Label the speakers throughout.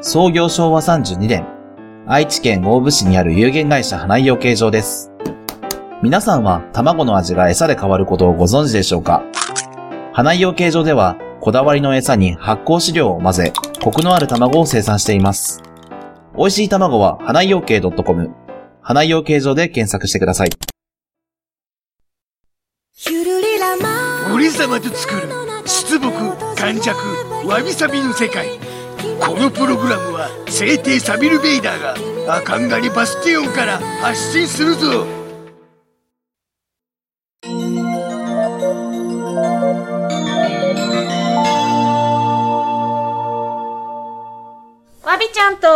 Speaker 1: 創業昭和32年、愛知県大府市にある有限会社花井養鶏場です。皆さんは卵の味が餌で変わることをご存知でしょうか花井養鶏場では、こだわりの餌に発酵飼料を混ぜ、コクのある卵を生産しています。美味しい卵は花井養鶏 .com、花井養鶏場で検索してください。
Speaker 2: 俺様と作る出木軟弱わびさびの世界このプログラムは聖帝サビル・ベイダーがアカンガリバスティオンから発信するぞ
Speaker 3: わびちゃんと、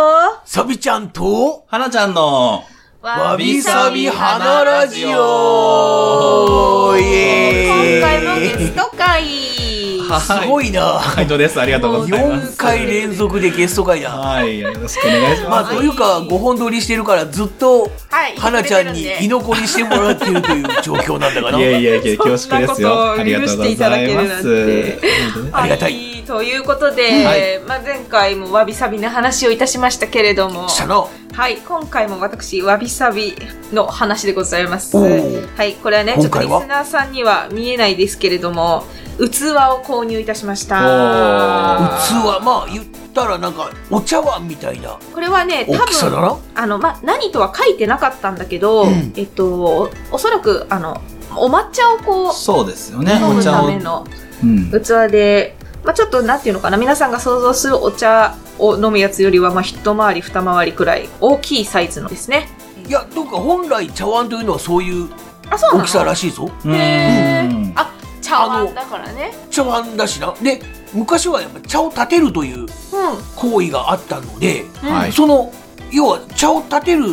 Speaker 4: サビちゃんと、
Speaker 5: 花ちゃんの、
Speaker 4: わびさび花
Speaker 3: 花
Speaker 4: ラジオイ
Speaker 3: 今回も
Speaker 4: エ
Speaker 3: ゲ
Speaker 4: ーイ
Speaker 3: スト会。
Speaker 4: すごいな
Speaker 5: 回答です。ありがとうございます。
Speaker 4: 4回連続でゲスト会だ。
Speaker 5: はい、よろしくお願いし
Speaker 4: ま
Speaker 5: ま
Speaker 4: あ、というか、5本撮りしてるから、ずっと、
Speaker 3: はい
Speaker 4: 花ちゃんに居残りしてもらってるという状況なんだか
Speaker 5: す。
Speaker 4: ら
Speaker 5: い。やいやいや、恐
Speaker 3: そん
Speaker 5: 縮
Speaker 3: な
Speaker 5: で
Speaker 3: こ
Speaker 5: すよ。
Speaker 3: とを
Speaker 5: あ
Speaker 3: 許
Speaker 5: りがとう
Speaker 3: し
Speaker 5: ご
Speaker 3: ていた
Speaker 5: ざ
Speaker 3: だけ
Speaker 5: い
Speaker 3: る
Speaker 5: ま
Speaker 3: なん
Speaker 5: す。。
Speaker 3: て
Speaker 4: ありがたい
Speaker 3: はい。ということで、まあ前回もわびさびの話をいたしましたけれども、
Speaker 4: したな。
Speaker 3: はい、今回も私、わびさびの話でございます。
Speaker 4: おー
Speaker 3: はい、これはね、ちょっ
Speaker 4: 今
Speaker 3: と
Speaker 4: 回
Speaker 3: リ
Speaker 4: は
Speaker 3: スナーさんには見えないですけれども、器を購入いたしました。
Speaker 5: おー
Speaker 4: 器、まあ、言ったらなんか、お茶碗みたいな
Speaker 3: これはね、多
Speaker 4: 大きさだ
Speaker 3: 分、
Speaker 4: な。
Speaker 3: あの、ま、何とは書いてなかったんだけど、
Speaker 4: うん
Speaker 3: えっと、おおそらく、あの、お抹茶をこう、
Speaker 5: そうですよね。
Speaker 3: 飲
Speaker 5: お
Speaker 3: む
Speaker 5: 茶
Speaker 3: た
Speaker 5: を。
Speaker 3: めの
Speaker 5: うん。
Speaker 3: 器で、まあ、ちょっとなんていうのかな皆さんが想像するお茶を飲むやつよりはまあ一回り二回りくらい大きいサイズのですね
Speaker 4: いや、どうか本来茶碗というのはそういう
Speaker 3: あそうなの
Speaker 4: 大きさらしいぞ。
Speaker 5: うん
Speaker 3: へ
Speaker 5: うん
Speaker 3: ーあ茶
Speaker 4: あ
Speaker 3: 碗
Speaker 4: の
Speaker 3: だからね
Speaker 4: 茶碗だしな。で、昔はやっぱ茶を立てるという
Speaker 3: う
Speaker 4: 行為があったので、
Speaker 3: ん、
Speaker 5: はい
Speaker 4: その要は茶を立てる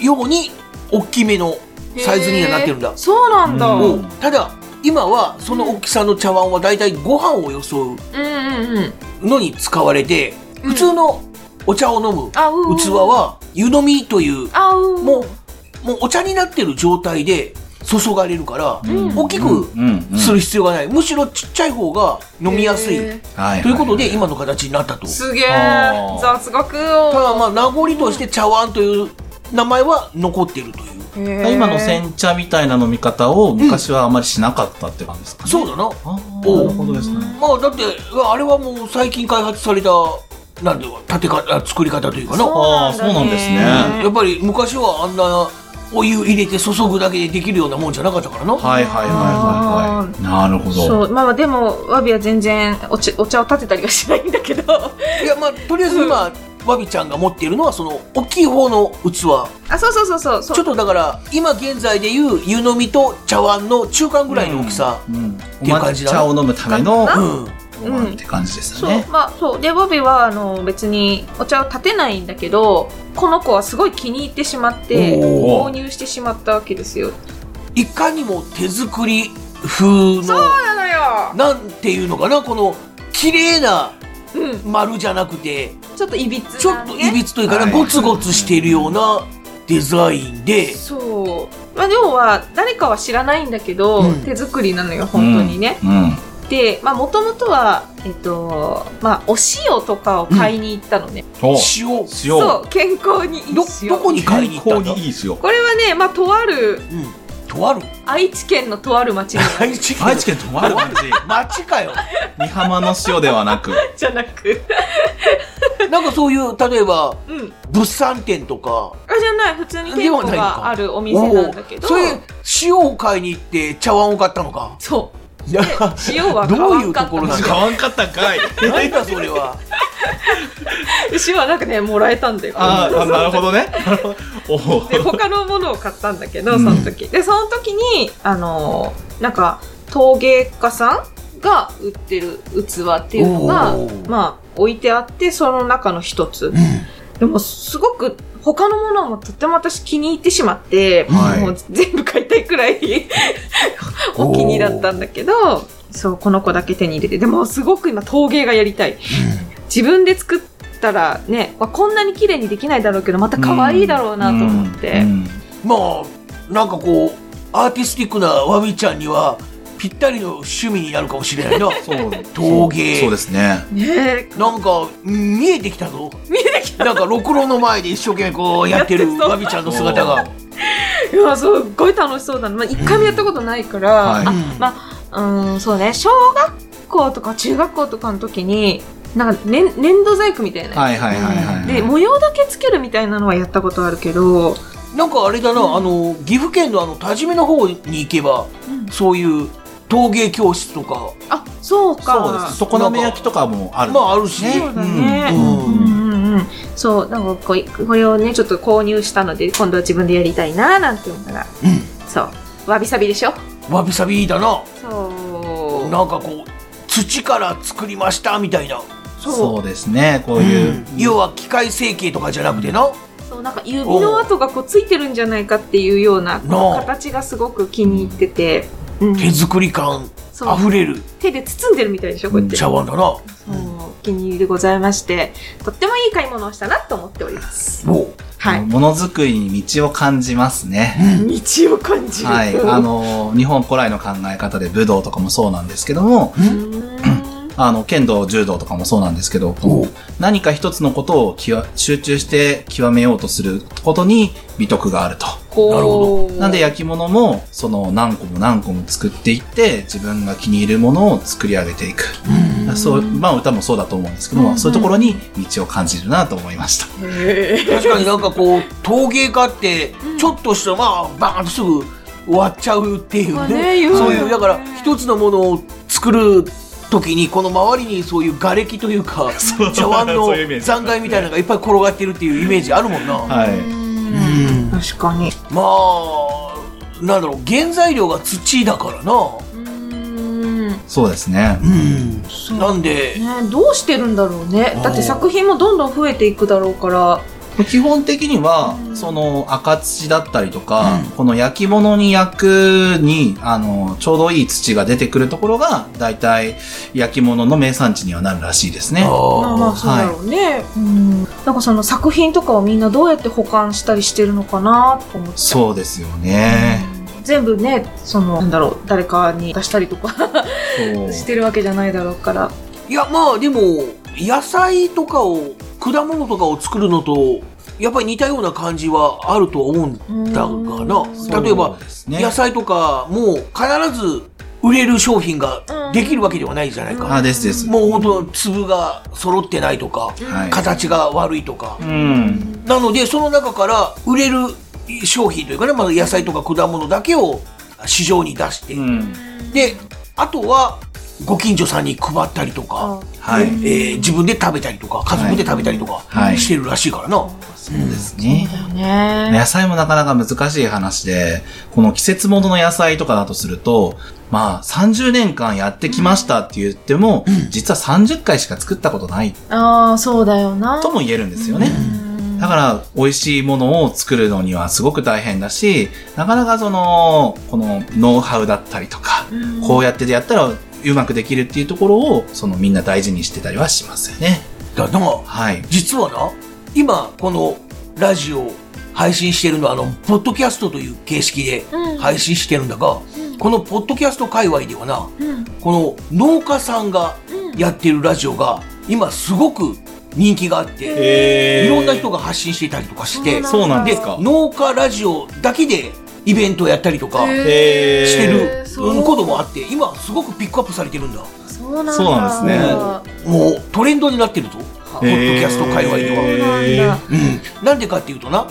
Speaker 4: ように大きめのサイズにはなってるんだ
Speaker 3: へー、そうなんだ、
Speaker 5: うん
Speaker 3: うん、う
Speaker 4: お
Speaker 3: ん
Speaker 4: うただ今はその大きさの茶碗はだいたいご飯を装
Speaker 3: うんうん
Speaker 4: うのに使われて
Speaker 3: うん
Speaker 4: 普通のお茶を飲む
Speaker 3: あうう
Speaker 4: 器は湯飲みという
Speaker 3: あうう
Speaker 4: もうもうお茶になってる状態で注がれるから
Speaker 3: うん
Speaker 4: 大きく
Speaker 5: うんうん
Speaker 4: する必要がないむしろちっちゃい方が飲みやすい
Speaker 3: へー
Speaker 5: はい。
Speaker 4: ということで今の形になったと
Speaker 3: すげえ
Speaker 5: あー
Speaker 3: 雑学
Speaker 4: ただ
Speaker 3: を
Speaker 4: まあ名残として茶碗という名前は残っているという
Speaker 3: へー
Speaker 5: 今の煎茶みたいな飲み方を昔はあまりしなかったって感じですかね。
Speaker 4: そうだな
Speaker 5: あー
Speaker 4: お
Speaker 5: な
Speaker 4: う
Speaker 5: るほどですね。
Speaker 4: まあだってあれはもう最近開発されたなんで立て方作り方というかな
Speaker 3: そうな
Speaker 5: あ
Speaker 3: んだね
Speaker 5: ーそうなんですね
Speaker 4: やっぱり昔はあんなお湯入れて注ぐだけでできるようなもんじゃなかったからな、
Speaker 5: はいはいはいはいはい。なるほ
Speaker 3: そ
Speaker 5: ど。
Speaker 3: うまあまあでもわびは全然お茶お茶を立てたりはしないんだけど
Speaker 4: い、やまあとりあえず今、わびちゃんが持っているのはその大きい方の器ちょ
Speaker 3: あそうそうそうそうそう
Speaker 4: っとだから今現在でいう湯飲みと茶碗の中間ぐらいの大きさ、
Speaker 5: うん。お
Speaker 4: ていう感じ
Speaker 5: 抹
Speaker 4: だ
Speaker 5: 茶を飲むための
Speaker 3: かな
Speaker 4: う
Speaker 3: ん
Speaker 5: お椀って感じです
Speaker 3: そ
Speaker 5: よ
Speaker 3: う、
Speaker 5: ね。
Speaker 3: まあそうでボビーはあの別にお茶を立てないんだけどこの子はすごい気に入ってしまって
Speaker 4: お
Speaker 3: 購
Speaker 4: ー
Speaker 3: 入してしまったわけですよ
Speaker 4: いかにも手作り風の
Speaker 3: そうなのよ
Speaker 4: なんていうのかなこの綺麗な
Speaker 3: うん
Speaker 4: 丸じゃなくて
Speaker 3: ちょっといびつ
Speaker 4: ちょ
Speaker 3: な、
Speaker 4: っ
Speaker 3: ね、
Speaker 4: といびつというか
Speaker 5: は
Speaker 4: な、
Speaker 5: い
Speaker 4: ゴツゴツしているようなデザインで、
Speaker 3: そうまあ要は誰かは知らないんだけど、
Speaker 4: うん
Speaker 3: 手作りなのよ本当にね、
Speaker 5: うん。
Speaker 3: でまあもともとはえっとまあお塩とかを買いに行ったのね、
Speaker 5: お
Speaker 4: 塩、
Speaker 5: 塩。
Speaker 3: そう健康にいい
Speaker 4: ど、
Speaker 3: 塩
Speaker 4: どこに買いに行ったんだ
Speaker 5: いい塩。
Speaker 3: これはねまあとある
Speaker 4: うん。とある
Speaker 3: 愛知県のとある町にある
Speaker 4: 愛知県。
Speaker 5: 愛知県泊まる感じ。
Speaker 4: 町かよ。
Speaker 5: 三浜の塩ではなく。
Speaker 3: じゃなく
Speaker 4: なんかそういう、例えば、
Speaker 3: うん
Speaker 4: 物産展とか。
Speaker 3: あじゃない普通に店
Speaker 4: で
Speaker 3: 舗
Speaker 4: はないの
Speaker 3: が
Speaker 4: か
Speaker 3: あるお店なんだけど
Speaker 4: おうそれ、塩を買いに行って茶碗を買ったのか。
Speaker 3: そう
Speaker 4: いや、
Speaker 3: 塩は買
Speaker 4: どう
Speaker 3: わ
Speaker 4: い
Speaker 3: ん
Speaker 4: う
Speaker 3: か
Speaker 4: と
Speaker 3: った
Speaker 4: ころなんだ
Speaker 5: 買わんかったんかい。
Speaker 4: なんだそれは。
Speaker 3: 塩はなんかねもらえたんだよ
Speaker 5: あーあ、なるほどね。なるほどおお。
Speaker 3: で他のものを買ったんだけど
Speaker 5: うん
Speaker 3: その時、でその時にあのーなんか陶芸家さんが売ってる器っていうのが
Speaker 4: おー
Speaker 3: まあ置いてあって、その中の一つ。でも、すごく、他のものもとっても私気に入ってしまって、
Speaker 4: はい
Speaker 3: もう全部買いたいくらい お気に入りだったんだけど、そう、この子だけ手に入れて。でも、すごく今、陶芸がやりたい。自分で作ったらね、まあ、こんなに綺麗にできないだろうけど、また可愛いだろうなと思って。
Speaker 5: うん
Speaker 4: まあなんかこうアーティスティックなわびちゃんにはぴったりの趣味になるかもしれないな
Speaker 5: そう
Speaker 4: 陶芸
Speaker 5: そうですね。
Speaker 3: ねえ
Speaker 4: なんかうん見えてきたぞ
Speaker 3: 見えてき
Speaker 4: なんかろくろの前で一生懸命こうやってるわびちゃんの姿が
Speaker 3: た。いや、すごい楽しそうだな。まあ、一回もやったことないから、
Speaker 5: はい
Speaker 3: あまあ、うん、そうね、小学校とか中学校とかの時に、なんか、ね、粘土細工みたいな。
Speaker 5: はいはいはいはい。
Speaker 3: で、模様だけつけるみたいなのはやったことあるけど、
Speaker 4: なんかあれだな、あの岐阜県のあの多治見の方に行けば、そういう陶芸教室とか
Speaker 3: あ、そ
Speaker 5: そ
Speaker 3: う
Speaker 5: うで
Speaker 3: か。
Speaker 5: す。常滑焼きとかもある。
Speaker 4: まああるしね
Speaker 3: そうだね。
Speaker 4: う
Speaker 3: うんんうんうん、そうなんかこうこれをねちょっと購入したので今度は自分でやりたいななんて思ったら、そうわびさびでしょ
Speaker 4: わびさびだな
Speaker 3: そう
Speaker 4: なんかこう土から作りましたみたいな、
Speaker 3: そう
Speaker 5: そうですね。こういう。
Speaker 4: 要は機械成形とかじゃなくてな、
Speaker 3: そうなんか指の跡がこうついてるんじゃないかっていうようなこ
Speaker 4: なあ
Speaker 3: う形がすごく気に入ってて、うん
Speaker 4: 手作り感
Speaker 3: そ
Speaker 4: あ
Speaker 3: う
Speaker 4: ふれる
Speaker 3: 手で包んでるみたいでしょこうやって、
Speaker 4: 茶碗だな、
Speaker 3: そうお気に入りでございましてとってもいい買い物をしたなと思っております
Speaker 4: おう
Speaker 3: はい
Speaker 5: ものづくりに道を感じますね。
Speaker 3: 道を感じ る
Speaker 5: はい。あの、日本古来の考え方で武道とかもそうなんですけども、
Speaker 3: うーん
Speaker 5: あの、剣道、柔道とかもそうなんですけど、
Speaker 4: おう
Speaker 5: 何か一つのことを極集中して極めようとすることに美徳があると。
Speaker 3: こう
Speaker 4: なるほ
Speaker 5: なんで焼き物も、その何個も何個も作っていって、自分が気に入るものを作り上げていく。そう、まあ歌もそうだと思うんですけども、
Speaker 3: うんうん
Speaker 5: そういうところに道を感じるなと思いました。
Speaker 3: へ
Speaker 4: 確かになんかこう陶芸家ってちょっとしたまあバーンとすぐ終わっちゃうっていう
Speaker 3: まあ
Speaker 4: ね,、
Speaker 3: ね言うよね
Speaker 4: そういうだから一つのものを作る時にこの周りにそういう瓦礫というか茶碗 の
Speaker 5: そういうイメージ
Speaker 4: 残骸みたいなのがいっぱい転がってるっていうイメージあるもんな、
Speaker 5: は
Speaker 3: え
Speaker 5: い。
Speaker 4: うん
Speaker 3: うん確かに
Speaker 4: まあなんだろう原材料が土だからな
Speaker 3: うーん
Speaker 5: そうですね。
Speaker 4: うん
Speaker 3: そう
Speaker 4: なんで
Speaker 3: ね、どうしてるんだろうねだって作品もどんどん増えていくだろうから
Speaker 5: 基本的には、
Speaker 3: うん
Speaker 5: その赤土だったりとか、この焼き物に焼くに、あの、ちょうどいい土が出てくるところが、大体焼き物の名産地にはなるらしいですね。
Speaker 3: まあまあ
Speaker 4: あ
Speaker 3: そうだろうね、うんなんかその作品とかをみんなどうやって保管したりしてるのかなと思って
Speaker 5: そうですよね。
Speaker 3: 全部ねそのなんだろう誰かに出したりとか
Speaker 5: そう
Speaker 3: してるわけじゃないだろうから
Speaker 4: ーいやまあでも野菜とかを果物とかを作るのとやっぱり似たような感じはあると思うんだがな例えば、野菜とかも必ず売れる商品ができるわけではないじゃない
Speaker 5: あ、
Speaker 4: か、
Speaker 5: ですです。
Speaker 4: もう本当粒が揃ってないとか、
Speaker 5: はい
Speaker 4: 形が悪いとか、
Speaker 5: うん。
Speaker 4: なのでその中から売れる商品というかね、まあ、野菜とか果物だけを市場に出して、
Speaker 5: うん。
Speaker 4: であとはご近所さんに配ったりと
Speaker 3: あ
Speaker 4: か、
Speaker 5: はい。
Speaker 4: えー自分で食べたりとか家族で食べたりとか
Speaker 5: はい
Speaker 4: してるらしいからな、
Speaker 5: そうですね。
Speaker 3: だよね
Speaker 5: 野菜もなかなか難しい話で、この季節物の野菜とかだとすると、まあ30年間やってきましたって言っても、実は30回しか作ったことない
Speaker 3: ああそうだよな
Speaker 5: とも言えるんですよね。
Speaker 3: うん
Speaker 5: だから、美味しいものを作るのにはすごく大変だし、なかなかその、このノウハウだったりとか、
Speaker 3: うん
Speaker 5: こうやってやったらうまくできるっていうところを、そのみんな大事にしてたりはしますよね。
Speaker 4: だからな
Speaker 5: はい。
Speaker 4: 実はな今このラジオ配信してるのはあのポッドキャストという形式で
Speaker 3: うん
Speaker 4: 配信してるんだが、このポッドキャスト界隈ではな
Speaker 3: うん
Speaker 4: この農家さんがやってるラジオが今すごく人気があって、
Speaker 5: え
Speaker 4: いろんな人が発信していたりとかして、
Speaker 5: そうなんですか。
Speaker 4: 農家ラジオだけでイベントをやったりとかし
Speaker 5: え
Speaker 4: て
Speaker 3: へ
Speaker 4: る
Speaker 3: ーそう
Speaker 4: こともあって今すごくピックアップされてるんだ
Speaker 3: そうなんだ
Speaker 5: そうなんですね
Speaker 4: もうトレンドになってるぞポッドキャスト界隈では。
Speaker 5: へー
Speaker 3: そうなんだ
Speaker 4: うん、なんでかっていうとな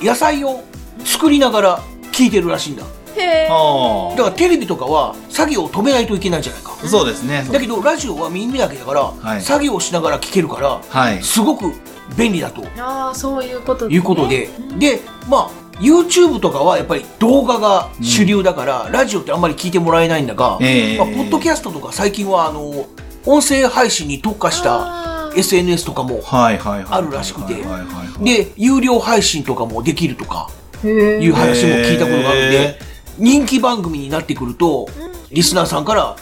Speaker 4: 野菜を作りながら聞いてるらしいんだ
Speaker 3: へー
Speaker 5: あ
Speaker 4: だからテレビとかは作業を止めないといけないじゃないか
Speaker 5: あ。そうですね。
Speaker 4: だけどラジオは耳だけだから、
Speaker 5: い
Speaker 4: 作業をしながら聞けるから
Speaker 5: はい。
Speaker 4: すごく便利だと
Speaker 3: ああそういうことね
Speaker 4: いうことで、
Speaker 3: うん
Speaker 4: でまあ YouTube とかはやっぱり動画が主流だから、ラジオってあんまり聞いてもらえないんだが、
Speaker 5: ええ
Speaker 4: まあ、ポッドキャストとか最近はあの音声配信に特化した
Speaker 3: あ
Speaker 4: SNS とかも
Speaker 5: はいはいはいはい。
Speaker 4: あるらしくて
Speaker 5: はいはいはいはい、
Speaker 4: で有料配信とかもできるとか
Speaker 3: へ
Speaker 4: い
Speaker 3: え。
Speaker 4: う話も聞いたことがあるんで
Speaker 5: へ
Speaker 4: 人気番組になってくるとリスナーさんから、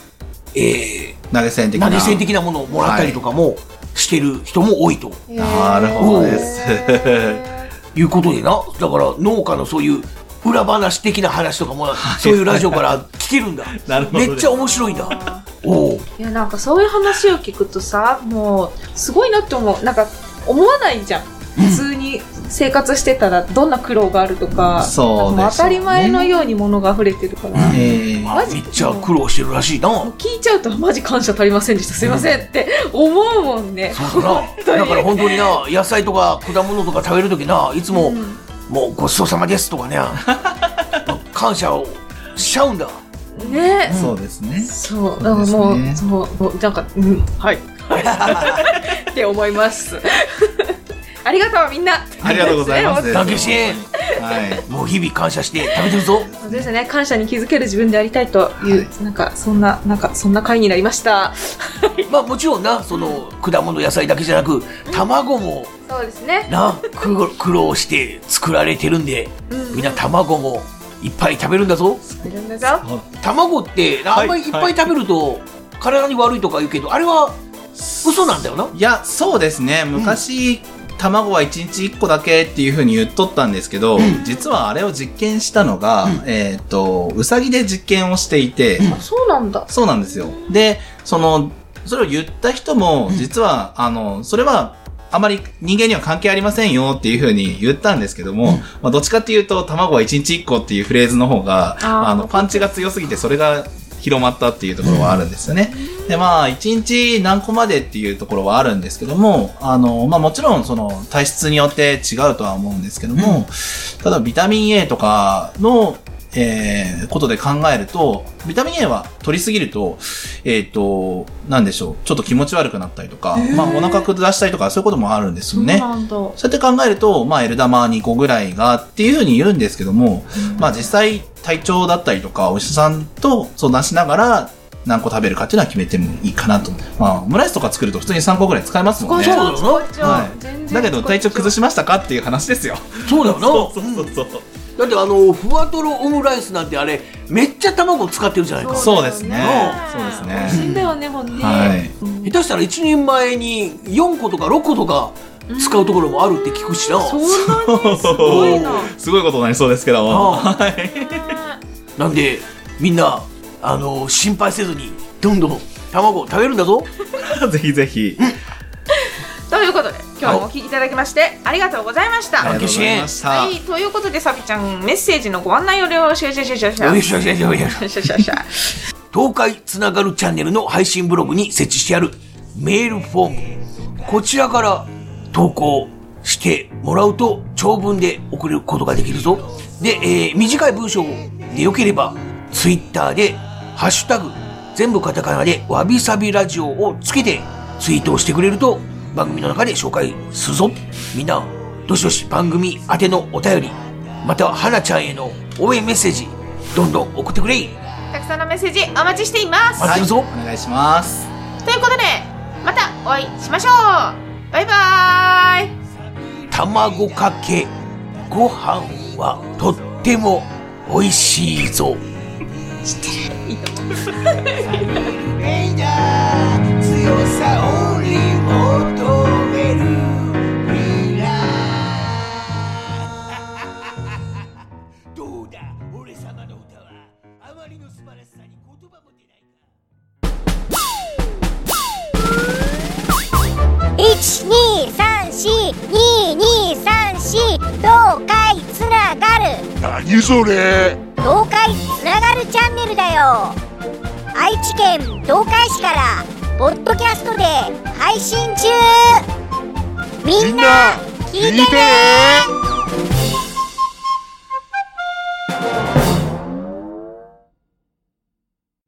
Speaker 4: え
Speaker 5: 投げ銭
Speaker 4: ー、
Speaker 5: 的な。
Speaker 4: 投げ銭的なものをもらったりとかもしてる人も多いと
Speaker 5: なるほどです。
Speaker 4: いうことでなだから農家のそういう裏話的な話とかもそういうラジオから聞けるんだ
Speaker 5: なるほどね
Speaker 4: めっちゃ面白いんだおう
Speaker 3: いや、なんかそういう話を聞くとさ、もう、すごいなって思う。なんか、思わないじゃん。普通に生活してたら、どんな苦労があるとか、
Speaker 5: そう
Speaker 3: なんかもう
Speaker 5: で
Speaker 3: 当
Speaker 5: すよ
Speaker 3: た
Speaker 5: ね
Speaker 3: り前のようにものが溢れてるから。
Speaker 5: えー
Speaker 4: まあめっちゃ苦労してるらしいな
Speaker 3: もう聞いちゃうとマジ感謝足りませんでしたすいませんって思うもんね
Speaker 4: そうだな。だから本当にな、野菜とか果物とか食べるときな、いつも、もうごちそうさまですとかね、 感謝をしち ゃうんだ。
Speaker 3: ね
Speaker 5: そうですね。
Speaker 3: そうだからもう
Speaker 5: そうですね
Speaker 3: そうもうなんかうんはいって思います ありがとうみんな
Speaker 5: ありがとうござい ます。
Speaker 4: ダンケシェ
Speaker 5: はい。
Speaker 4: もう日々感謝して食べてるぞ。
Speaker 3: そうですね感謝に気づける自分でありたいという、なんかそんななんかそんな回になりました
Speaker 4: まあもちろんな、その果物野菜だけじゃなく、卵も
Speaker 3: そうですね
Speaker 4: な、苦苦労して作られてるんで、みんな卵もいっぱい食べるんだぞ。
Speaker 3: いるんだぞ
Speaker 4: 卵ってなあんまりいっぱい食べると体に悪いとか言うけど、あれは嘘なんだよな。
Speaker 5: いや、そうですね。昔、卵は1日1個だけっていうふうに言っとったんですけど、実はあれを実験したのが、えっ、と、うさぎで実験をしていて、
Speaker 3: あそうなんだ
Speaker 5: そうなんですよ。で、その、それを言った人も、実は、あの、それは、あまり人間には関係ありませんよっていうふうに言ったんですけども、まあ、どっちかっていうと、卵は1日1個っていうフレーズの方が、
Speaker 3: あー
Speaker 5: あの、パンチが強すぎて、それが広まったっていうところはあるんですよね。で、まあ、1日何個までっていうところはあるんですけども、あの、まあもちろん、その、体質によって違うとは思うんですけども、ただビタミン A とかの、えーことで考えると、ビタミン A は取りすぎると、えっ、と、なんでしょう、ちょっと気持ち悪くなったりとか、まあお腹下したりとか、そういうこともあるんです
Speaker 3: そ
Speaker 5: よ
Speaker 3: う
Speaker 5: ね。
Speaker 3: なんだ、
Speaker 5: そうやって考えると、まあ、エルダマ2個ぐらいがっていうふうに言うんですけども、まあ、実際、体調だったりとか、お医者さんと相談しながら、何個食べるかっていうのは決めてもいいかなと。まあ、オムライスとか作ると普通に3個ぐらい使えますもんね。
Speaker 4: そうだろ
Speaker 5: はい。だけど、体調崩しましたかっていう話ですよ。
Speaker 4: そうだよ な。
Speaker 5: そうそうそう。
Speaker 4: だってあのふわとろオムライスなんてあれめっちゃ卵使ってるじゃないか
Speaker 5: そうですね
Speaker 3: そうだよ
Speaker 5: そうですね
Speaker 3: 美味しいんだよねも うね、
Speaker 5: はい
Speaker 4: 下手したら1人前に4個とか6個とか使うところもあるって聞くしな
Speaker 3: そんなにすごいな
Speaker 5: すごいことになりそうですけども。
Speaker 4: ああなんでみんなあの心配せずにどんどん卵を食べるんだぞ
Speaker 5: ぜひぜひ。
Speaker 3: ということで今日もお聞きいただきましてありがとうございました、
Speaker 5: あり
Speaker 3: は
Speaker 5: がと
Speaker 3: い
Speaker 5: うございました。
Speaker 3: ということでサビちゃんメッセージのご案内をよろしくお願いします
Speaker 4: よいしょよいしょよいしょ東海つながるチャンネルの配信ブログに設置してあるメールフォームこちらから投稿してもらうと長文で送ることができるぞで、えー短い文章でよければツイッターで「ハッシュタグ全部カタカナでわびさびラジオ」をつけてツイートをしてくれると番組の中で紹介するぞみんなどしどし番組宛てのお便りまたははなちゃんへの応援メッセージどんどん送ってくれい
Speaker 3: たくさんのメッセージお待ちしています、
Speaker 4: 待ってるぞ、
Speaker 5: お願いします。
Speaker 3: ということでまたお会いしましょうバイバーイ
Speaker 4: 卵かけご飯はとっても美味しいぞ
Speaker 6: レイダー強さをリ求める未来 どうだ俺様の歌はあまりの素晴らしさに言葉も出ない
Speaker 7: 12342234東海つながる
Speaker 2: 何それ
Speaker 7: 東海つながるチャンネルだよ愛知県東海市からポッドキャストで配信中みんな聞いてね